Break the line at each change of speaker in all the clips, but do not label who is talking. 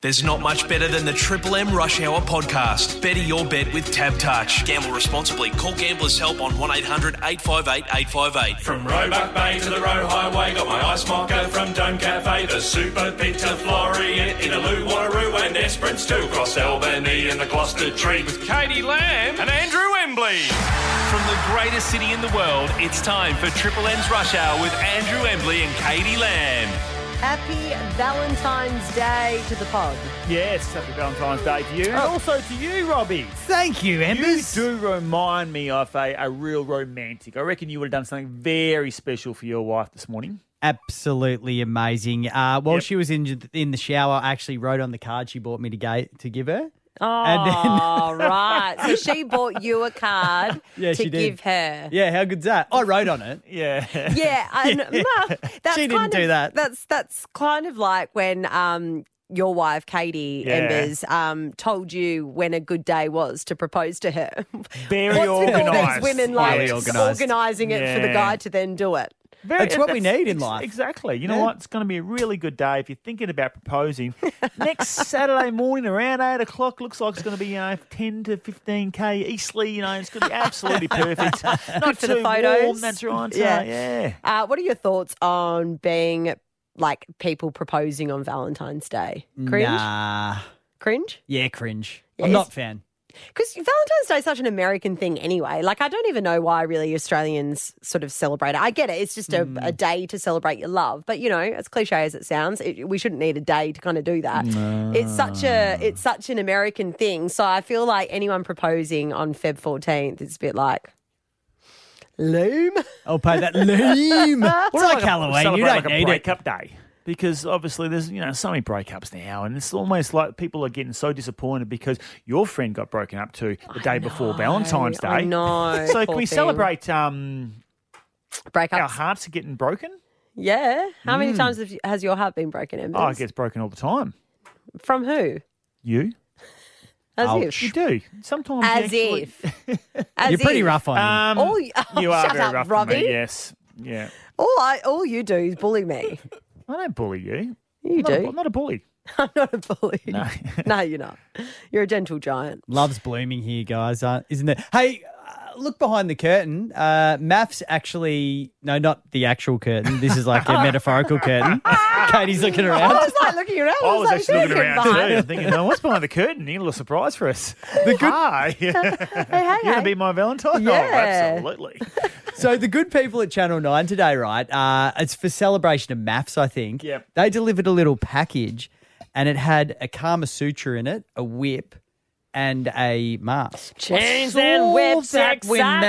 There's not much better than the Triple M Rush Hour podcast. Better your bet with Tab Touch. Gamble responsibly. Call Gamblers Help on 1800 858 858.
From Roebuck Bay to the Roe Highway, got my ice mocha from Dome Cafe, the super pizza florian, Inaloo, Wanneroo and Esperance too, across Albany and the Gloucester Tree with Katie Lamb and Andrew Embley.
From the greatest city in the world, it's time for Triple M's Rush Hour with Andrew Embley and Katie Lamb.
Happy Valentine's Day to the pod.
Yes, happy Valentine's Day to you,
Oh.
and also to you, Robbie.
Thank you,
You
Embers.
do remind me of a, a real romantic. I reckon you would have done something very special for your wife this morning.
Absolutely amazing. Uh, while
Yep.
she was in in the shower, I actually wrote on the card she bought me to, ga- to give her.
Oh, right. So she bought you a card
Yeah,
to
she did.
give her.
Yeah, how good's that? I wrote on it.
Yeah.
Yeah, and Muff, that's
She didn't
kind
do
of,
that.
That's that's kind of like when um your wife Katie
Yeah.
Embers um told you when a good day was to propose to her.
Very
What's with all these
organised.
women
Highly
like
organised.
organising it for the
Yeah.
guy to then do it?
Very-
That's what we need in
ex-
life.
Exactly. You know
Yeah.
what? It's going to be a really good day if you're thinking about proposing. Next Saturday morning around 8 o'clock looks like it's going to be, you know, 10 to 15K Eastleigh. You know, it's going to be absolutely perfect. Not
for
too
the photos.
warm. That's right.
Yeah.
Yeah. yeah.
Uh, what are your thoughts on being like people proposing on Valentine's Day? Cringe?
Nah.
Cringe?
Uh, Yeah, cringe.
Yeah,
I'm
it's-
not fan.
Because Valentine's Day is such an American thing anyway. Like, I don't even know why really Australians sort of celebrate it. I get it. It's just a,
Hmm.
a day to celebrate your love. But, you know, as cliche as it sounds, it, we shouldn't need a day to kind of do that. It's such a it's such an American thing. So I feel like anyone proposing on Feb 14th, it's a bit like, loom.
I'll pay that loom. it's
What
like
a-
Halloween. You
celebrate
don't
like a
need it.
breakup day. Because obviously there's you know so many breakups now, and it's almost like people are getting so disappointed because your friend got broken up to the day before Valentine's Day.
I know.
So can
Poor
we
thing.
celebrate um, our
breakups?
hearts are getting broken?
Yeah. How
Hmm.
many times have, you- has your heart been broken, Embers?
Oh, it gets broken all the time.
From who?
You?
As
Ouch.
You
if.
do. Sometimes you
As
actually-
if. As
You're pretty
if.
rough on him.
Um,
All you, oh,
you are
shut
very
up,
rough on
Robbie.
me, yes. Yeah.
All I, all you do is bully me.
I don't bully you.
You
I'm not a bu-
do.
I'm not a bully.
I'm not a bully. No. you're not. You're a gentle giant.
Love's blooming here, guys, uh, isn't it? Hey, uh, look behind the curtain. Uh, Maths actually, no, not the actual curtain. This is like a metaphorical curtain. Katie's looking
I
around.
was like looking around.
I was
like,
actually
"There's
looking
a
around
vibe."
too, thinking, "No, what's behind the curtain? You got a little surprise for us." The good
Ah.
hi, you're
Hey, hey,
gonna
hey.
be my Valentine.
Yeah.
Oh, absolutely.
So the good people at Channel Nine today, right? Uh, it's for celebration of maths, I think.
Yep.
They delivered a little package, and it had a Kama Sutra in it, a whip, and a mask.
Chains and whips that me. Na,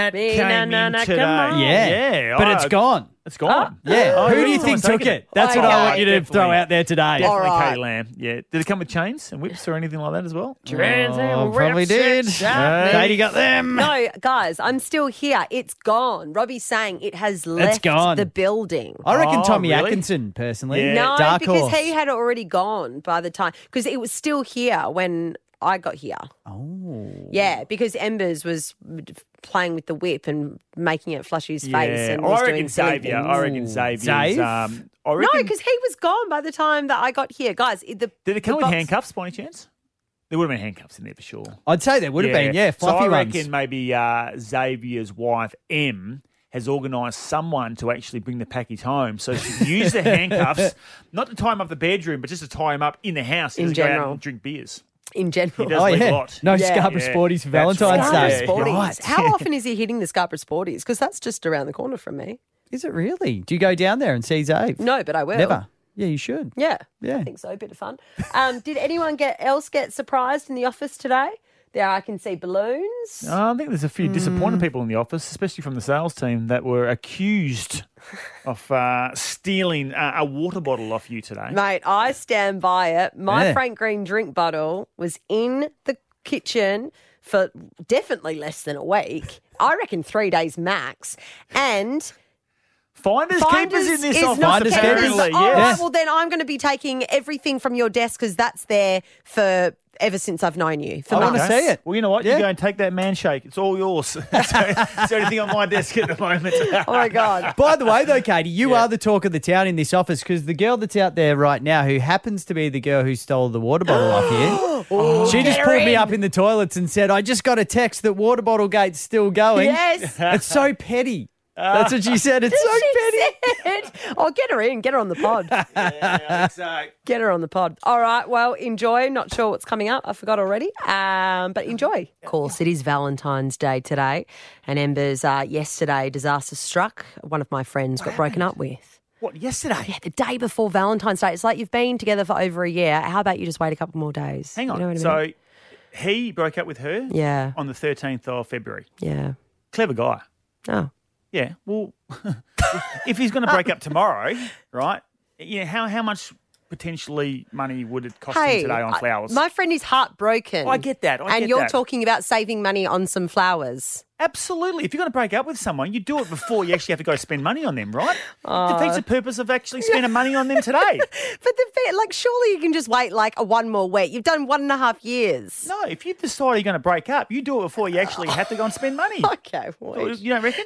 na, na,
today.
come on.
Yeah,
Oh, yeah,
but
I-
it's gone.
It's gone.
Yeah.
Oh,
Who do you
someone's
think took
taken
it? That's what I
Okay.
want you to
Definitely.
throw out there today.
Definitely
All right.
Katie Lamb. Yeah. Did it come with chains and whips or anything like that as well?
Oh, probably did. Katie got them.
No, guys, I'm still here. It's gone. Robbie's saying it has left
gone.
the building.
I reckon
Oh,
Tommy
really?
Atkinson personally.
Yeah.
No,
Dark
because
horse.
he had already gone by the time because it was still here when I got here. Oh, yeah, because Embers was uh, playing with the whip and making it flush his face.
Yeah. Oh,
and was
I
doing
reckon
silly
Xavier.
things.
I reckon Xavier's.
Dave?
Um, I
No,
reckon,
because he was gone by the time that I got here, guys. it- The
did it
the
come with
box-
handcuffs by any chance? There would have been handcuffs in there for sure.
I'd say there would have been, yeah, fluffy
so I
ones.
reckon maybe uh, Xavier's wife M has organised someone to actually bring the package home. So she used the handcuffs, not to tie him up the bedroom, but just to tie him up in the house. He
In
doesn't go out
general.
and drink beers.
in general.
does
oh
leave
yeah,
lot.
no
Yeah.
Scarborough
Yeah.
Sporties for
That's
Valentine's
right.
Day.
Scarborough Sporties.
Right.
How often is he hitting the Scarborough Sporties? Because that's just around the corner from me.
Is it really? Do you go down there and see Zave?
No, but I will.
never. Yeah, you should.
Yeah.
Yeah.
I think so. A bit of fun. Um, did anyone get else get surprised in the office today? There, I can see balloons.
Uh, I think there's a few disappointed
Mm.
people in the office, especially from the sales team, that were accused of uh, stealing uh, a water bottle off you today.
Mate, I stand by it. My
Yeah.
Frank Green drink bottle was in the kitchen for definitely less than a week. I reckon three days max. And
Finders,
finders
keepers in this
is
office,
not Oh,
Finders
keepers.
apparently.
All right,
yes.
well then I'm going to be taking everything from your desk because that's there for ever since I've known you. For
I want to
months.
see it.
Well, you know what?
Yeah.
You go and take that man shake. It's all yours. That's the only thing on my desk at the moment.
Oh my god.
By the way, though, Katie, you are the talk of the town in this office because the girl that's out there right now, who happens to be the girl who stole the water bottle off
Oh.
you, she just pulled me up in the toilets and said, "I just got a text that water bottle gate's still going."
Yes.
it's so petty. That's what she said. It's so petty.
She said- Oh, get her in. Get her on the pod. Get her on the pod. All right. Well, enjoy. Not sure what's coming up. I forgot already. Um, but enjoy. Of course, it is Valentine's Day today. And Ember's uh, yesterday, disaster struck. One of my friends got broken up with.
what, yesterday?
Yeah, the day before Valentine's Day. It's like you've been together for over a year. How about you just wait a couple more days?
Hang
You
on.
know what I mean?
So he broke up with her
yeah.
on the 13th of February.
Yeah.
Clever guy.
Oh.
Yeah. Well, if he's going to break up tomorrow, right? Yeah. How how much potentially money would it cost him today on
I-
flowers? Oh,
my friend is heartbroken.
I get that. I
and
get
you're
that.
talking about saving money on some flowers.
Absolutely. If you're going to break up with someone, you do it before you actually have to go spend money on them, right? It defeats the purpose of actually spending money on them today.
But the fair- like, surely you can just wait like a one more week. You've done one and a half years.
No, if you decide you're going to break up, you do it before you actually have to go and spend money.
Okay, well, each,
You don't reckon?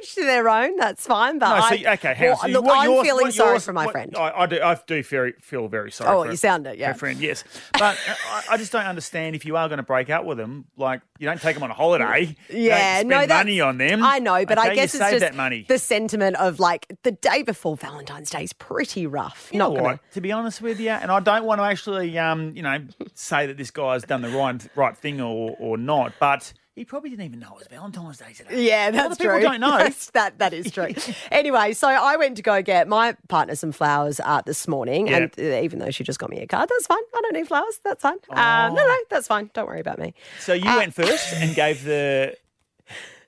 each to their own. That's fine. But
Oh, No,
I,
see, okay, hang on.
well,
So
look,
what
I'm
yours-
feeling
what
sorry
yours-
for my
what-
friend.
I, I do, I do very, feel very sorry.
Oh,
for
you sound it, yeah.
for friend, yes. But uh, I, I just don't understand if you are going to break up with them, like you don't take them on a holiday.
yeah,
you don't
no,
spend
that's-
money on them.
I know, but
okay?
I guess
you
it's just
save that money.
the sentiment of like the day before Valentine's Day is pretty rough.
You know
Not gonna.
what, to be honest with you, and I don't want to actually, um, you know, say that this guy's done the right right thing or or not, but he probably didn't even know it was Valentine's Day today.
Yeah,
lot
that's
of people
true.
don't know.
That's, that that is true. anyway, so I went to go get my partner some flowers uh, this morning,
Yeah.
and uh, even though she just got me a card, that's fine. I don't need flowers. That's fine. Um, no, no, that's fine. Don't worry about me.
So you
Uh,
went first and gave the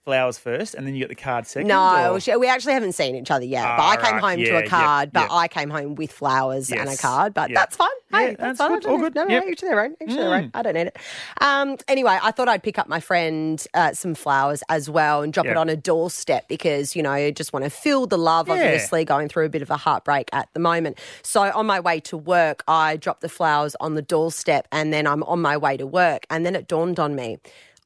flowers first, and then you got the card second.
No,
or-
she, we actually haven't seen each other yet. but
Ah,
I came
right.
home
Yeah,
to
yep,
a card, but
yep.
I came home with flowers and a
Yes.
card. But
Yeah.
that's fine. Hey,
Yeah,
that's,
that's
fine. I
good.
don't
All
need-
good.
No, no,
Yep. Mm.
each to their own. Each to their own. I don't need it. Um, anyway, I thought I'd pick up my friend uh, some flowers as well and drop it
Yep.
on a doorstep because you know I just want to feel the love.
Yeah.
Obviously, going through a bit of a heartbreak at the moment. So on my way to work, I dropped the flowers on the doorstep, and then I'm on my way to work, and then it dawned on me.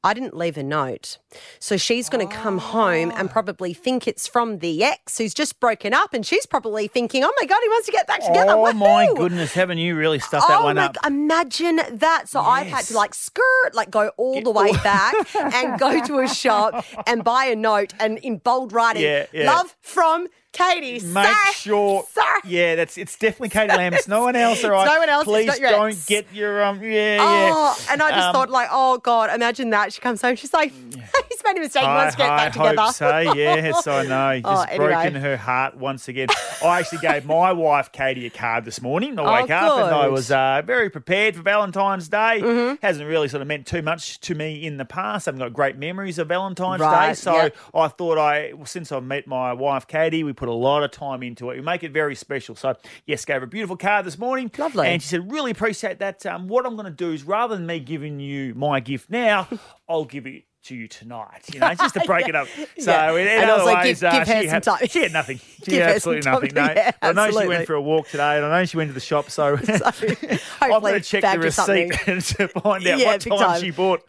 I didn't leave a note. So she's going to come home and
Ah.
probably think it's from the ex who's just broken up. And she's probably thinking, oh my God, he wants to get back together.
Oh my
Woohoo!"
goodness, haven't you really stuffed that
Oh
one
my!
up?
g- Imagine that. So I've had to like skirt, like go all the way back and go to a shop and buy a note and in bold writing,
Yeah, yeah.
love from Katie.
Make
Sorry,
sure,
sorry.
yeah, that's it's definitely Katie Lamb. It's no one else, all
It's
right?
no one else, it's
Please
not your
don't
ex.
get your um, yeah,
Oh,
yeah.
and I just
Um,
thought, like, oh God, imagine that. She comes home, she's like, he's made a mistake, he
I,
wants to get
I
back together.
hope so. Yes, I know.
Oh,
Just
anyway.
broken her heart once again. I actually gave my wife Katie a card this morning. I
Oh,
wake up and I
good. Mm-hmm.
was uh, very prepared for Valentine's Day. Hasn't really sort of meant too much to me in the past. I've got great memories of Valentine's Day,
Right,
so
yep.
I thought I well, since I've met my wife Katie, we put a lot of time into it. We make it very special. So yes, gave her a beautiful card this morning.
Lovely.
And she said, really appreciate that. Um, what I'm going to do is rather than me giving you my gift now, I'll give it to you tonight. You know, just to break it up. So
Yeah.
in, in
And
other
also
ways,
give-
uh,
give her
she,
some
had,
time.
she had nothing. She
Give
had
her
absolutely
some
nothing.
time.
No.
Yeah,
I know she
absolutely.
went for a walk today, and I know she went to the shop. So, I'm
hopefully
going to
it
check the
bagged you something.
receipt to find out
Yeah,
what
big
time,
time.
she bought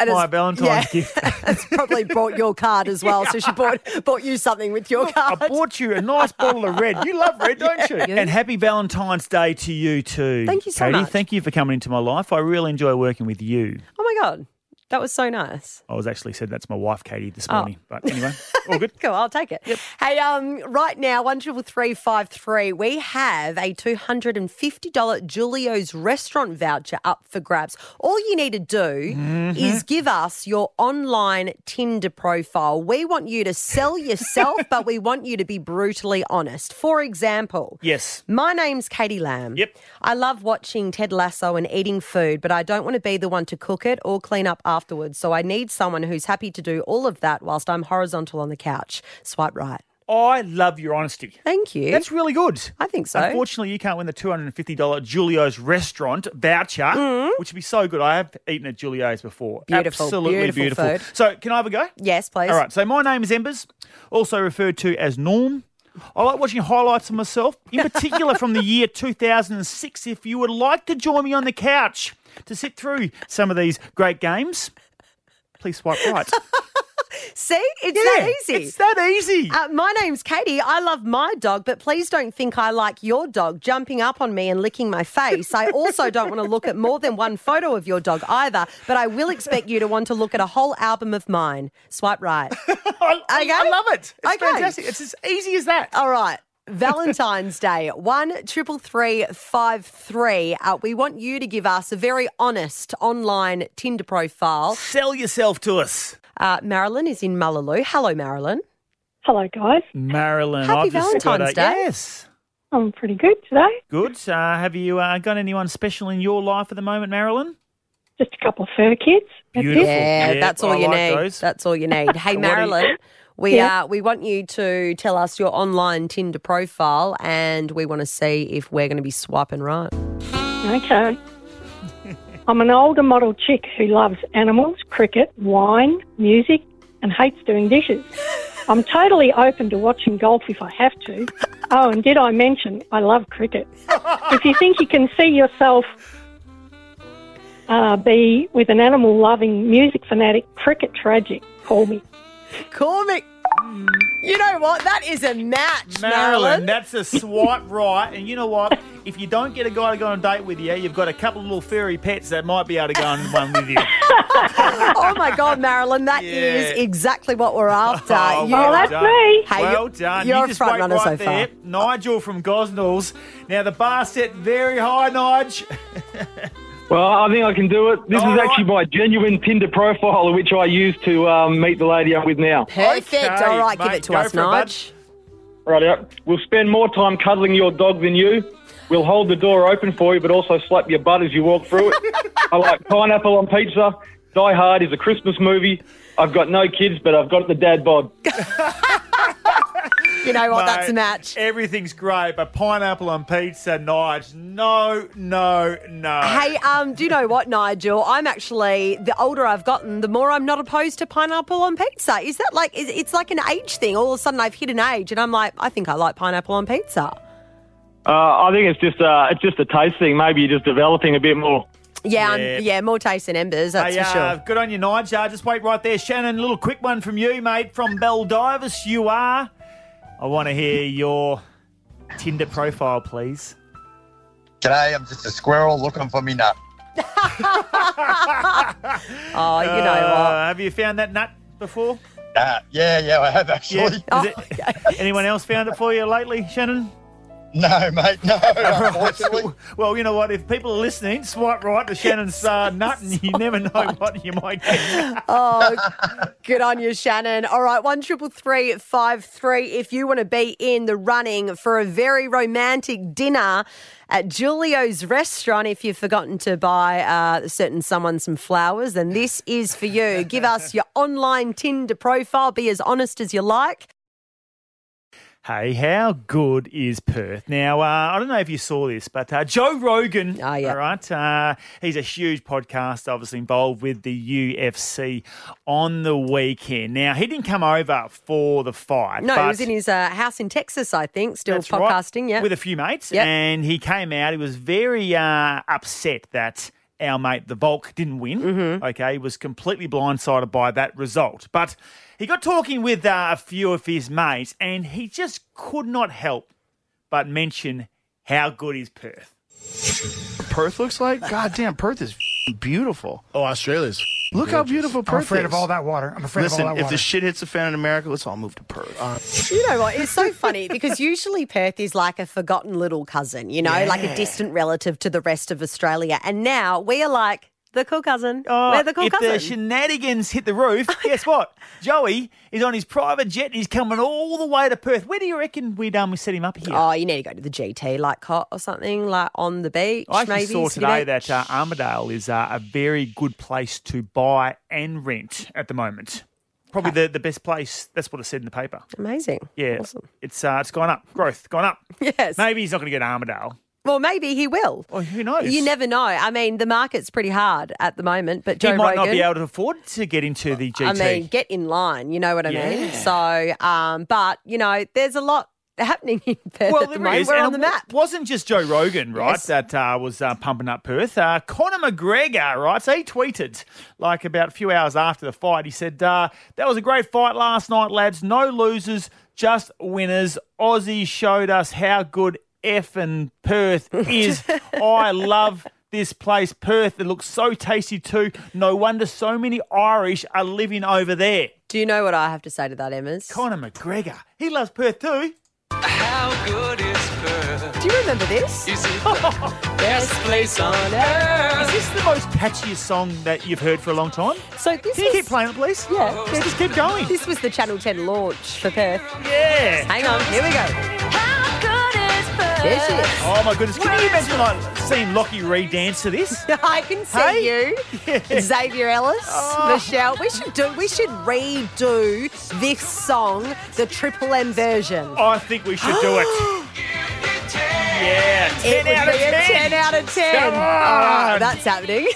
And
my
it's-
Valentine's
yeah.
gift.
It's probably bought your card as well. So she bought bought you something with your
I
card.
bought you a nice bottle of red. You love red, don't you?
Yeah.
And happy Valentine's Day to you too.
Thank you so
Katie.
much.
Thank you for coming into my life. I really enjoy working with you.
oh my god, that was so nice.
I was actually said that's my wife, Katie, this
Oh.
morning. But anyway, all good.
Cool, I'll take it. Hey, um, right now one triple three five three. We have a two hundred and fifty dollar Julio's restaurant voucher up for grabs. All you need to do is give us your online Tinder profile. We want you to sell yourself, but we want you to be brutally honest. For example,
Yes.
My name's Katie Lamb.
Yep.
I love watching Ted Lasso and eating food, but I don't want to be the one to cook it or clean up afterwards. So I need someone who's happy to do all of that whilst I'm horizontal on the couch. Swipe right.
I love your honesty.
Thank you.
That's really good.
I think so.
Unfortunately, you can't win the $250 Julio's restaurant voucher, which would be so good. I have eaten at Julio's before.
Mm. Beautiful,
Absolutely
beautiful
beautiful.
food.
So, can I have a go?
yes, please.
All right. So, my name is Embers, also referred to as Norm. I like watching highlights of myself, in particular from the year 2006. If you would like to join me on the couch to sit through some of these great games, please swipe right.
See, it's
Yeah,
that easy.
It's that easy.
Uh, my name's Katie. I love my dog, but please don't think I like your dog jumping up on me and licking my face. I also don't want to look at more than one photo of your dog either, but I will expect you to want to look at a whole album of mine. Swipe right.
I, I-
okay.
I love it. It's
Okay.
fantastic. It's as easy as that.
All right. Valentine's Day, one triple three five three. Uh, we want you to give us a very honest online Tinder profile.
Sell yourself to us.
Uh, Marilyn is in Mullaloo. Hello, Marilyn.
Hello, guys.
Marilyn,
Happy
I've just got
Valentine's
a-
Day.
Yes.
I'm pretty good today.
Good. Uh, have you uh, got anyone special in your life at the moment, Marilyn?
Just a couple of fur kids. That's
Beautiful.
it.
Yeah,
Yeah,
that's all
I
you
like
need.
those.
That's all you need. Hey,
What do you-
Marilyn, we
Yeah.
uh, we want you to tell us your online Tinder profile, and we want to see if we're going to be swiping right.
Okay. I'm an older model chick who loves animals, cricket, wine, music, and hates doing dishes. I'm totally open to watching golf if I have to. Oh, and did I mention I love cricket? If you think you can see yourself uh, be with an animal loving music fanatic, cricket tragic, call me.
Call me. You know what? That is a match,
Marilyn,
Marilyn.
that's a swipe right. And you know what? If you don't get a guy to go on a date with you, you've got a couple of little furry pets that might be able to go on one with
Uh,
you.
oh my God, Marilyn, that is
Yeah. exactly
exactly what we're after.
Oh,
You-
Oh, that's me.
Hey,
well
you-
done.
you're
you
a
just
front
wait
runner
right
so
there.
far.
Nigel from Gosnells. Now the bar set very high, Nige.
Well, I think I can do it. This
All
is
right.
actually my genuine Tinder profile, which I use to um, meet the lady I'm with now.
Perfect.
Okay,
All right, give
mate,
it to
go
us,
for it, bud.
Nige.
Right out. We'll spend more time cuddling your dog than you. We'll hold the door open for you, but also slap your butt as you walk through it. I like pineapple on pizza. Die Hard is a Christmas movie. I've got no kids, but I've got the dad bod.
You know what?
Mate,
That's a match.
Everything's great, but pineapple on pizza, Nige. No, no, no.
Hey, um, do you know what, Nigel? I'm actually the older I've gotten, the more I'm not opposed to pineapple on pizza. Is that like is, it's like an age thing? All of a sudden, I've hit an age, and I'm like, I think I like pineapple on pizza.
Uh, I think it's just uh, it's just a taste thing. Maybe you're just developing a bit more.
Yeah, I'm-
Yeah.
yeah, more taste than embers, that's
Hey,
for
uh,
sure.
good on you, Nige. Uh, just wait right there. Shannon, a little quick one from you, mate, from Beldivis. You are. I want to hear your Tinder profile, please.
Today, I'm just a squirrel looking for me nut.
Oh, you know what?
Uh, have you found that nut before?
Nah, yeah, yeah, I have actually.
Oh,
Is it- anyone else found it for you lately, Shannon?
No, mate, no, Uh, unfortunately.
Well, you know what? If people are listening, swipe right to Shannon's uh, nut, and you never know what you might get.
Good on you, Shannon. All right, one triple three five three. If you want to be in the running for a very romantic dinner at Julio's restaurant, if you've forgotten to buy uh, a certain someone some flowers, then this is for you. Give us your online Tinder profile. Be as honest as you like.
Hey, how good is Perth? Now, uh, I don't know if you saw this, but uh, Joe Rogan,
Ah, yeah.
all right, uh, he's a huge podcast, obviously involved with the UFC on the weekend. Now, he didn't come over for the fight.
No, he was
but-
in his uh, house in Texas, I think, still
That's right,
podcasting. Yeah,
with a few mates,
Yep.
and he came out. He was very uh, upset that our mate the Volk didn't win.
Mm-hmm.
Okay, he was completely blindsided by that result, but he got talking with uh, a few of his mates, and he just could not help but mention how good is Perth.
Perth looks like? God damn, Perth is f***ing beautiful.
Oh, Australia's.
Look how beautiful Perth
I'm afraid
is.
of all that water. I'm afraid
Listen,
of all that
if
water.
the shit hits the fan in America, let's all move to Perth.
You know what? It's so funny because usually Perth is like a forgotten little cousin, you know, like a distant relative to the rest of Australia. And now we are like the cool cousin.
Oh,
We're the cool
if
cousin.
the shenanigans hit the roof, guess what? Joey is on his private jet and he's coming all the way to Perth. Where do you reckon we'd um, we set him up here?
Oh, you need to go to the GT, like cot or something, like on the beach.
I actually
maybe,
saw
so you don't-
today that uh, Armadale is uh, a very good place to buy and rent at the moment. Probably the, the best place. That's what it said in the paper.
Amazing.
Yeah,
Awesome.
it's uh, it's gone up. Growth gone up.
Yes.
Maybe he's not going to get Armadale.
Well, maybe he will.
Well, Oh, who knows?
You never know. I mean, the market's pretty hard at the moment, but
He
Joe
might
Rogan.
not be able to afford to get into the GT.
I mean, get in line. You know what I mean? So, um, but you know, there's a lot happening in Perth at the
there
moment.
is,
We're
and
on the
it
map.
wasn't just Joe Rogan, right,
Yes.
that uh, was uh, pumping up Perth. Uh, Conor McGregor, right, so he tweeted, like, about a few hours after the fight, he said, uh, that was a great fight last night, lads. No losers, just winners. Aussie showed us how good effing Perth is. I love this place, Perth. It looks so tasty too. No wonder so many Irish are living over there.
Do you know what I have to say to that, Emma's?
Conor McGregor, he loves Perth too.
How good is Perth?
Do you remember this?
Is it the best place on earth?
Is this the most catchiest song that you've heard for a long time?
So this
Can you
was,
keep playing it, please?
Yeah.
Just, just keep going.
This was the Channel 10 launch for Perth.
Yeah.
Hang on, here we go. There she is.
Oh my goodness. Can you imagine like seeing Lockie Reed dance to this?
I can see
Hey.
you, Xavier Ellis, Michelle. We should do. We should redo this song, the Triple M version.
I think we should do it. Yeah.
It
10
would
out of
be a
10.
10 out of 10.
Come
All right,
on.
that's happening.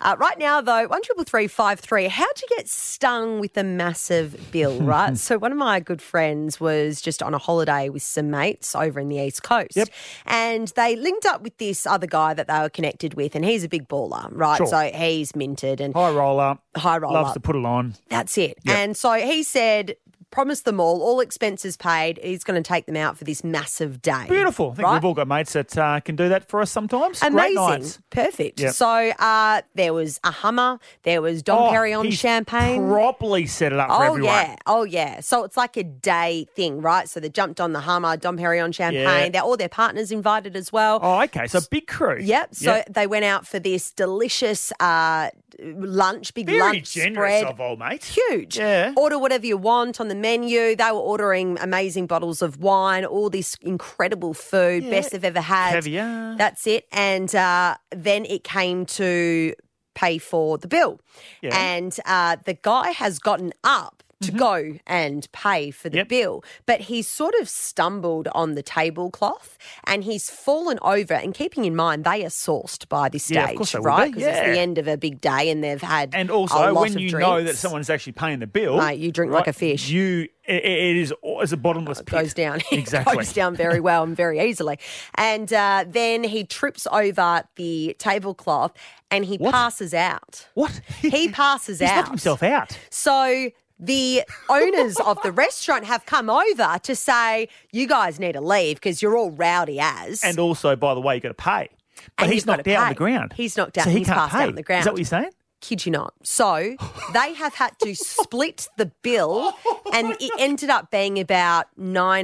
Uh, right now, though, one triple three five three. How'd you get stung with the massive bill? Right. so one of my good friends was just on a holiday with some mates over in the east coast, and they linked up with this other guy that they were connected with, and he's a big baller, right?
Sure.
So he's minted and
High roller.
high roller.
Loves to put it on.
That's it. And so he said, promise them all, all expenses paid. He's going to take them out for this massive day.
Beautiful. I think
Right?
we've all got mates that uh, can do that for us sometimes. Great
Amazing.
nights.
Perfect.
Yep.
So uh, there was a Hummer, there was Dom
Oh,
Perignon
he's
champagne.
Properly set it up for
Oh
everyone.
yeah, oh yeah. So it's like a day thing, right? So they jumped on the Hummer, Dom Perignon champagne.
Yeah.
They're all their partners invited as well.
Oh, okay. So big crew.
Yep. So they went out for this delicious uh, lunch, big
Very
lunch
generous
spread.
of old mate.
Huge.
Yeah.
Order whatever you want on the menu. They were ordering amazing bottles of wine, all this incredible food, best they've ever had.
Caviar.
That's it. And uh, then it came to pay for the bill.
Yeah. Mm-hmm.
And uh, the guy has gotten up to go and pay for the
Yep.
bill, but he's sort of stumbled on the tablecloth and he's fallen over. And keeping in mind, they are sourced by this stage,
Yeah, of course they will
right?
be.
Because it's
Yeah.
the end of a big day and they've had
And
a
also,
lot
when
of
you
drinks.
know that someone's actually paying the bill,
Mate, you drink like a fish.
You, i- i- it is al- it's a bottomless pit.
goes down. It
Exactly.
goes down very well and very easily. And uh, then he trips over the tablecloth and he passes out.
What?
He passes
He's
out.
knocked himself out.
So the owners of the restaurant have come over to say, you guys need to leave because you're all rowdy as.
And also, by the way, you got to pay. But
And
he's
you've gotta
knocked down on
pay.
the ground.
He's knocked down-
So he
he's
can't
passed
pay.
out on the ground.
Is that what you're saying?
Kid you not. So they have had to split the bill and it ended up being about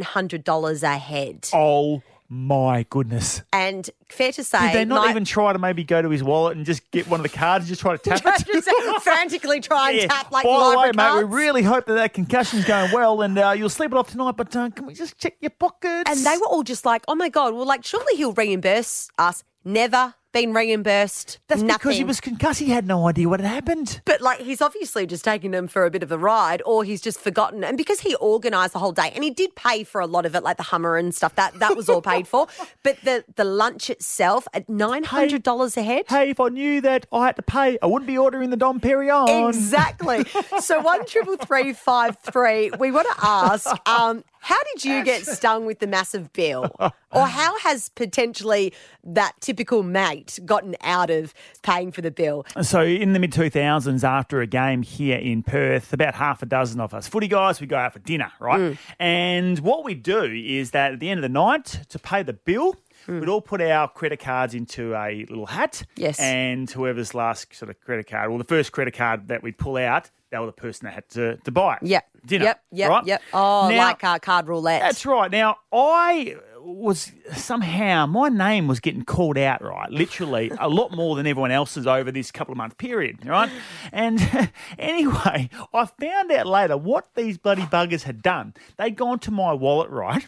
$900 a head.
Oh my goodness!
And fair to say,
Did they not
my-
even try to maybe go to his wallet and just get one of the cards and just try to tap it?
just frantically try and
Yeah.
tap like
By the way,
library
mate,
cards.
we really hope that that concussion's going well and uh, you'll sleep it off tonight. But uh, can we just check your pockets?
and they were all just like, "Oh my god!" Well, like surely he'll reimburse us. Never been reimbursed.
That's
nothing.
because he was concussed. He had no idea what had happened.
But like he's obviously just taking them for a bit of a ride, or he's just forgotten. And because he organised the whole day, and he did pay for a lot of it, like the Hummer and stuff. That that was all paid for. But the the lunch itself at nine hundred dollars a head.
Hey, if I knew that I had to pay, I wouldn't be ordering the Dom Perignon.
Exactly. So one triple three five three. We want to ask, um, how did you get stung with the massive bill, or how has potentially that typical mate gotten out of paying for the bill?
So in the mid 2000s, after a game here in Perth, about half a dozen of us footy guys, we go out for dinner, right?
Mm.
And what we do is that at the end of the night, to pay the bill, we'd all put our credit cards into a little hat.
Mm. Yes.
And whoever's last sort of credit card, well, the first credit card that we pull out, they were the person that had to, to buy it.
Yep.
Dinner.
Yep. Yep.
right?
Yep. Oh,
Now-
like uh, card roulette.
that's right. Now I was somehow my name was getting called out right, literally a lot more than everyone else's over this couple of month period, right? And anyway, I found out later what these bloody buggers had done. They'd gone to my wallet, right?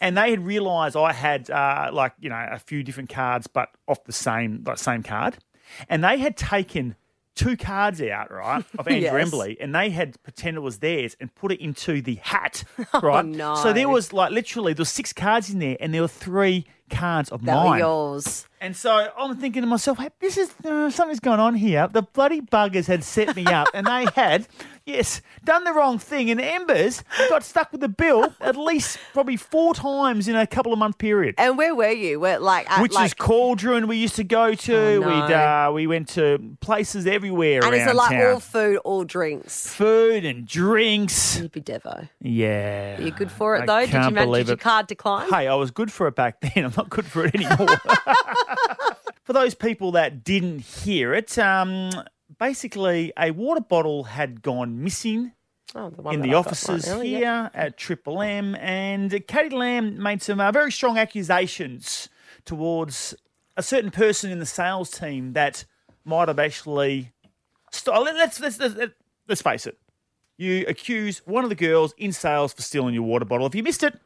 and they had realised I had uh, like you know a few different cards, but off the same like same card, and they had taken two cards out right of Andrew
Yes.
Embley, and they had pretended it was theirs and put it into the hat, right?
Oh, no.
So there was like literally there was six cards in there, and there were three cards of
That were
mine.
yours.
And so I'm thinking to myself, hey, this is uh, something's going on here. The bloody buggers had set me up, and they had Yes, done the wrong thing. And Embers got stuck with the bill at least probably four times in a couple of month period.
And where were you? Where like at,
Which
like,
is cauldron we used to go to.
no.
We'd uh, we went to places everywhere
Oh, And
around
is it like
town.
all food, all drinks?
Food and drinks.
You'd be Devo.
Yeah.
Are you good for it
I
though? Did you
can't
manage
believe
did your
it.
card decline?
Hey, I was good for it back then. I'm not good for it anymore. for those people that didn't hear it, um, basically a water bottle had gone missing
Oh, the one
in
that
the
I got right
offices
now,
here
yeah.
at Triple M, and Katie Lamb made some uh, very strong accusations towards a certain person in the sales team that might have actually. St- oh, let- let's, let's, let's, let's face it. You accuse one of the girls in sales for stealing your water bottle. If you missed it,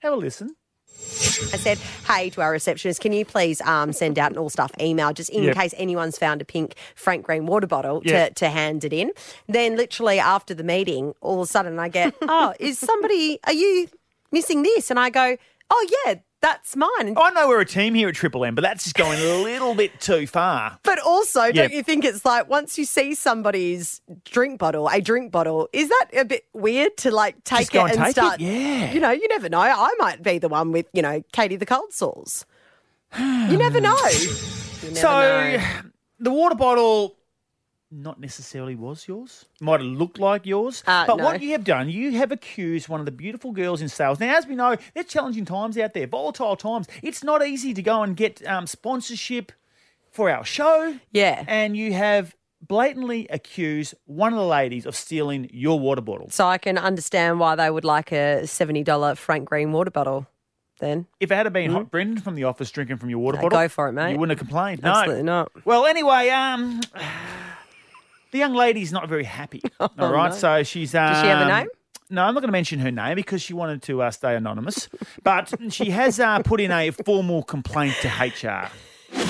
have a listen.
I said, hey, to our receptionist, can you please um, send out an all staff email just in
Yep.
case anyone's found a pink Frank Green water bottle
Yep.
to, to hand it in? Then, literally after the meeting, all of a sudden I get, oh, is somebody, are you missing this? And I go, oh, yeah, that's mine. And-
I know we're a team here at Triple M, but that's just going a little bit too far.
But also,
Yeah.
don't you think it's like once you see somebody's drink bottle, a drink bottle, is that a bit weird to like take
Just
it
go and take it?
start?
Yeah.
You know, you never know. I might be the one with, you know, Katie the cold sores. You never know. You never
So
know.
the water bottle not necessarily was yours. Might have looked like yours.
Uh,
but
no.
what you have done, you have accused one of the beautiful girls in sales. Now, as we know, they're challenging times out there, volatile times. It's not easy to go and get um, sponsorship for our show.
Yeah.
And you have blatantly accused one of the ladies of stealing your water bottle.
So I can understand why they would like a $70 Frank Green water bottle then.
If it had been hot Brendan from the office drinking from your water
No,
bottle,
Hmm? go for it, mate.
You wouldn't have complained. No.
Absolutely not.
Well, anyway, um, the young lady's not very happy. all right, so she's. Um,
Oh, Does she have a name?
No, I'm not going to mention her name because she wanted to uh, stay anonymous. But she has uh, put in a formal complaint to HR.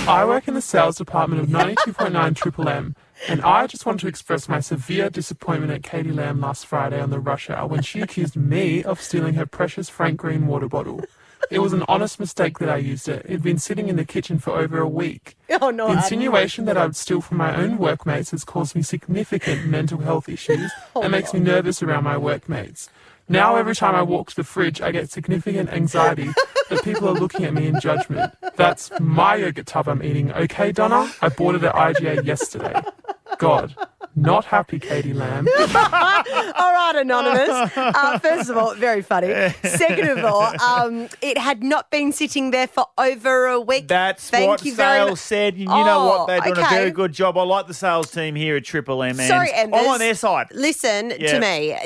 I work in the sales department of 92.9 Triple M, and I just want to express my severe disappointment at Katie Lamb last Friday on the rush hour when she accused me of stealing her precious Frank Green water bottle. It was an honest mistake that I used it. It had been sitting in the kitchen for over a week.
Oh, no.
The insinuation that I would steal from my own workmates has caused me significant mental health issues and makes me nervous around my workmates. Now, every time I walk to the fridge, I get significant anxiety that people are looking at me in judgment. That's my yogurt tub I'm eating, okay, Donna? I bought it at IGA yesterday. God, not happy, Katie Lamb.
all right, Anonymous. Uh, first of all, very funny. Second of all, um, it had not been sitting there for over a week.
That's
Thank
what
you very
sales
much.
said. You know what? They're doing
Oh,
a very
okay.
good job. I like the sales team here at Triple M. and
Sorry, Embers.
I'm on their side.
Listen
Yeah. Mm.
to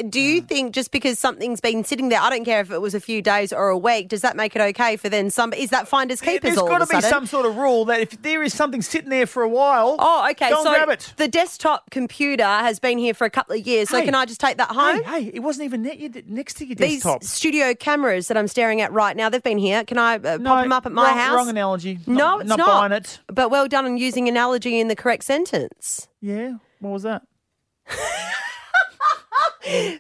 me. Do you think just because something's been sitting there, I don't care if it was a few days or a week, does that make it okay for then some? Is that finders keepers?
There's
all
got to
of a
be
sudden?
some sort of rule that if there is something sitting there for a while,
Oh, okay.
go and
so
grab it.
the desktop computer has been here for a couple of years. So
Hey.
can I just take that home?
Hey, hey, it wasn't even ne- next to your
These
desktop.
studio cameras that I'm staring at right now, they've been here. Can I uh,
No,
pop them up at my
wrong-
house?
wrong analogy.
No,
Not-
it's
not
not.
buying it.
But well done on using analogy in the correct sentence.
yeah, what was that?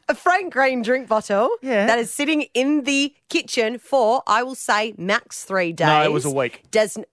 A Frank Green drink bottle
Yeah.
that is sitting in the kitchen for, I will say, max three days.
No, it was a week.
Does n-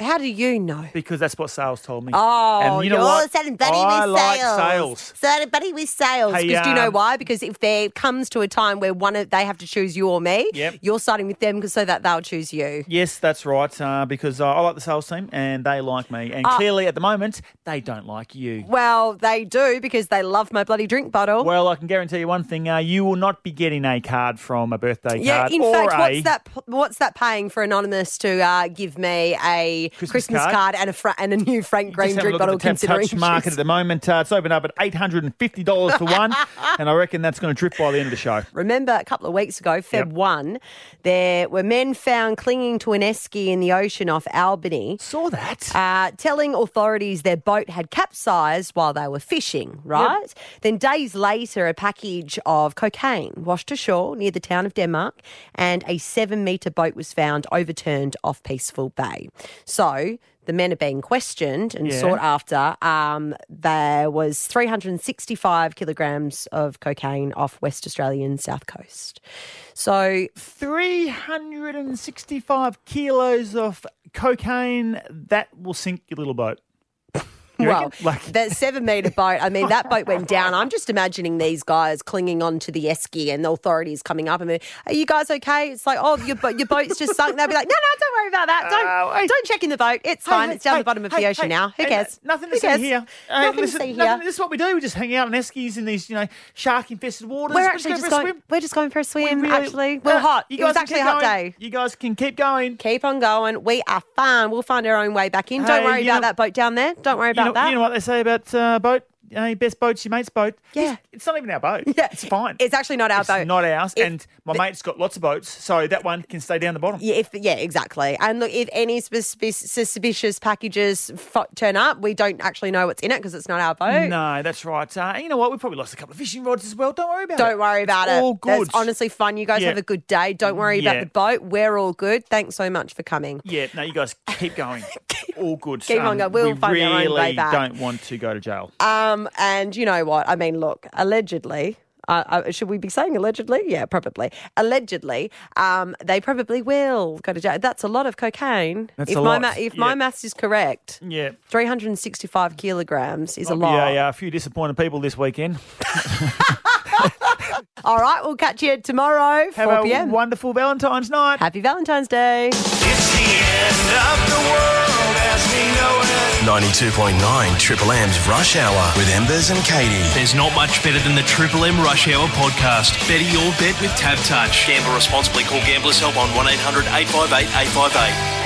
how do you know?
Because that's what sales told me.
Oh,
and you
are
know
all
what?
of a sudden buddy
I
with
like
sales.
sales.
Sudden buddy with sales.
Hey,
Because do you know
um,
why? Because if there comes to a time where one of they have to choose you or me,
Yep.
you're siding with them 'cause- so that they'll choose you.
Yes, that's right. Uh, because uh, I like the sales team, and they like me,
Uh,
and clearly at the moment they don't like you.
Well, they do because they love my bloody drink bottle.
Well, I can guarantee you one thing: uh, you will not be getting a card from a birthday
yeah,
card
in
or
fact,
a
what's that? p- What's that paying for Anonymous to uh, give me a
Christmas
Christmas,
card?
card? and a fra- and a new Frank Green
Just have a
drink
look at
bottle?
the Tap
considering
touch market
she's-
at the moment, uh, it's opened up at eight hundred and fifty dollars for one, and I reckon that's going to drip by the end of the show.
Remember a couple of weeks ago, Feb
Yep.
1, there were men found clinging to an esky in the ocean off Albany.
Saw that.
uh, telling authorities their boat had capsized while they were fishing, right? Then days later, a package of cocaine washed ashore near the town of Denmark, and a seven metre boat was found overturned off Peaceful Bay. So the men are being questioned and
Yeah.
sought after. Um, there was 365 kilograms of cocaine off West Australian south coast. So
365 kilos of cocaine. That will sink your little boat. You
well,
reckon? Like-
that seven metre boat, I mean, that boat went down. I'm just imagining these guys clinging on to the esky and the authorities coming up and being, are you guys okay? It's like, oh, your, bo- your boat's just sunk. They'll be like, no, no, don't worry about that. Don't, don't check in the boat. It's fine.
Uh, Hey,
it's down
hey,
the bottom of
hey,
the ocean
hey,
now. Who
hey,
cares?
no- Nothing
Who
to
cares?
see here. Hey,
Nothing
listen,
to see
nothing-
here.
this is what we do. We just hang out in eskies in these, you know, shark infested waters.
We're
Let's
actually
go
just
for a
going.
swim.
We're just going for a swim.
really-
actually, we're
Uh,
hot.
you
It was
guys can
actually a
keep
hot
going.
day.
You guys can keep going.
Keep on going. We are fine. We'll find our own way back in.
Hey,
Don't worry
you
about
know-
that boat down there. Don't worry
You
about
know,
that.
you know what they say about uh, boat? Uh, best boat's your mate's boat.
Yeah.
It's, it's not even our boat.
Yeah.
It's fine.
It's actually not our
It's
boat.
not ours.
If-
and my mate's got lots of boats, so that one can stay down the bottom.
Yeah, if, yeah, exactly. And look, if any suspi- suspicious packages fo- turn up, we don't actually know what's in it because it's not our boat.
No, that's right. Uh, and you know what? We probably lost a couple of fishing rods as well. Don't worry about it.
Don't worry about it.
all
That's
good.
honestly fun. You guys
Yeah.
have a good day. Don't worry
Yeah.
about the boat. We're all good. Thanks so much for coming.
Yeah, no, you guys keep going. all good.
Keep on going. We'll
we
find our own way
really
back.
don't want to go to jail.
Um, and you know what? I mean, look, allegedly. Uh, uh, should we be saying allegedly? Yeah, probably. Allegedly, um, they probably will go to jail. That's a lot of cocaine.
That's
if
a
my
lot.
ma- if my
Yeah.
maths is correct,
Yeah.
three hundred and sixty-five kilograms is a lot.
Oh, Yeah, yeah. A few disappointed people this weekend.
All right, we'll catch you tomorrow,
Have
4
a
p.m.
wonderful Valentine's night.
Happy Valentine's Day.
It's the end of the world as we know it.
92.9 Triple M's Rush Hour with Embers and Katie. There's not much better than the Triple M Rush Hour podcast. Better your bet with Tab Touch. Gamble responsibly. Call Gamblers Help on 1 800 858 858.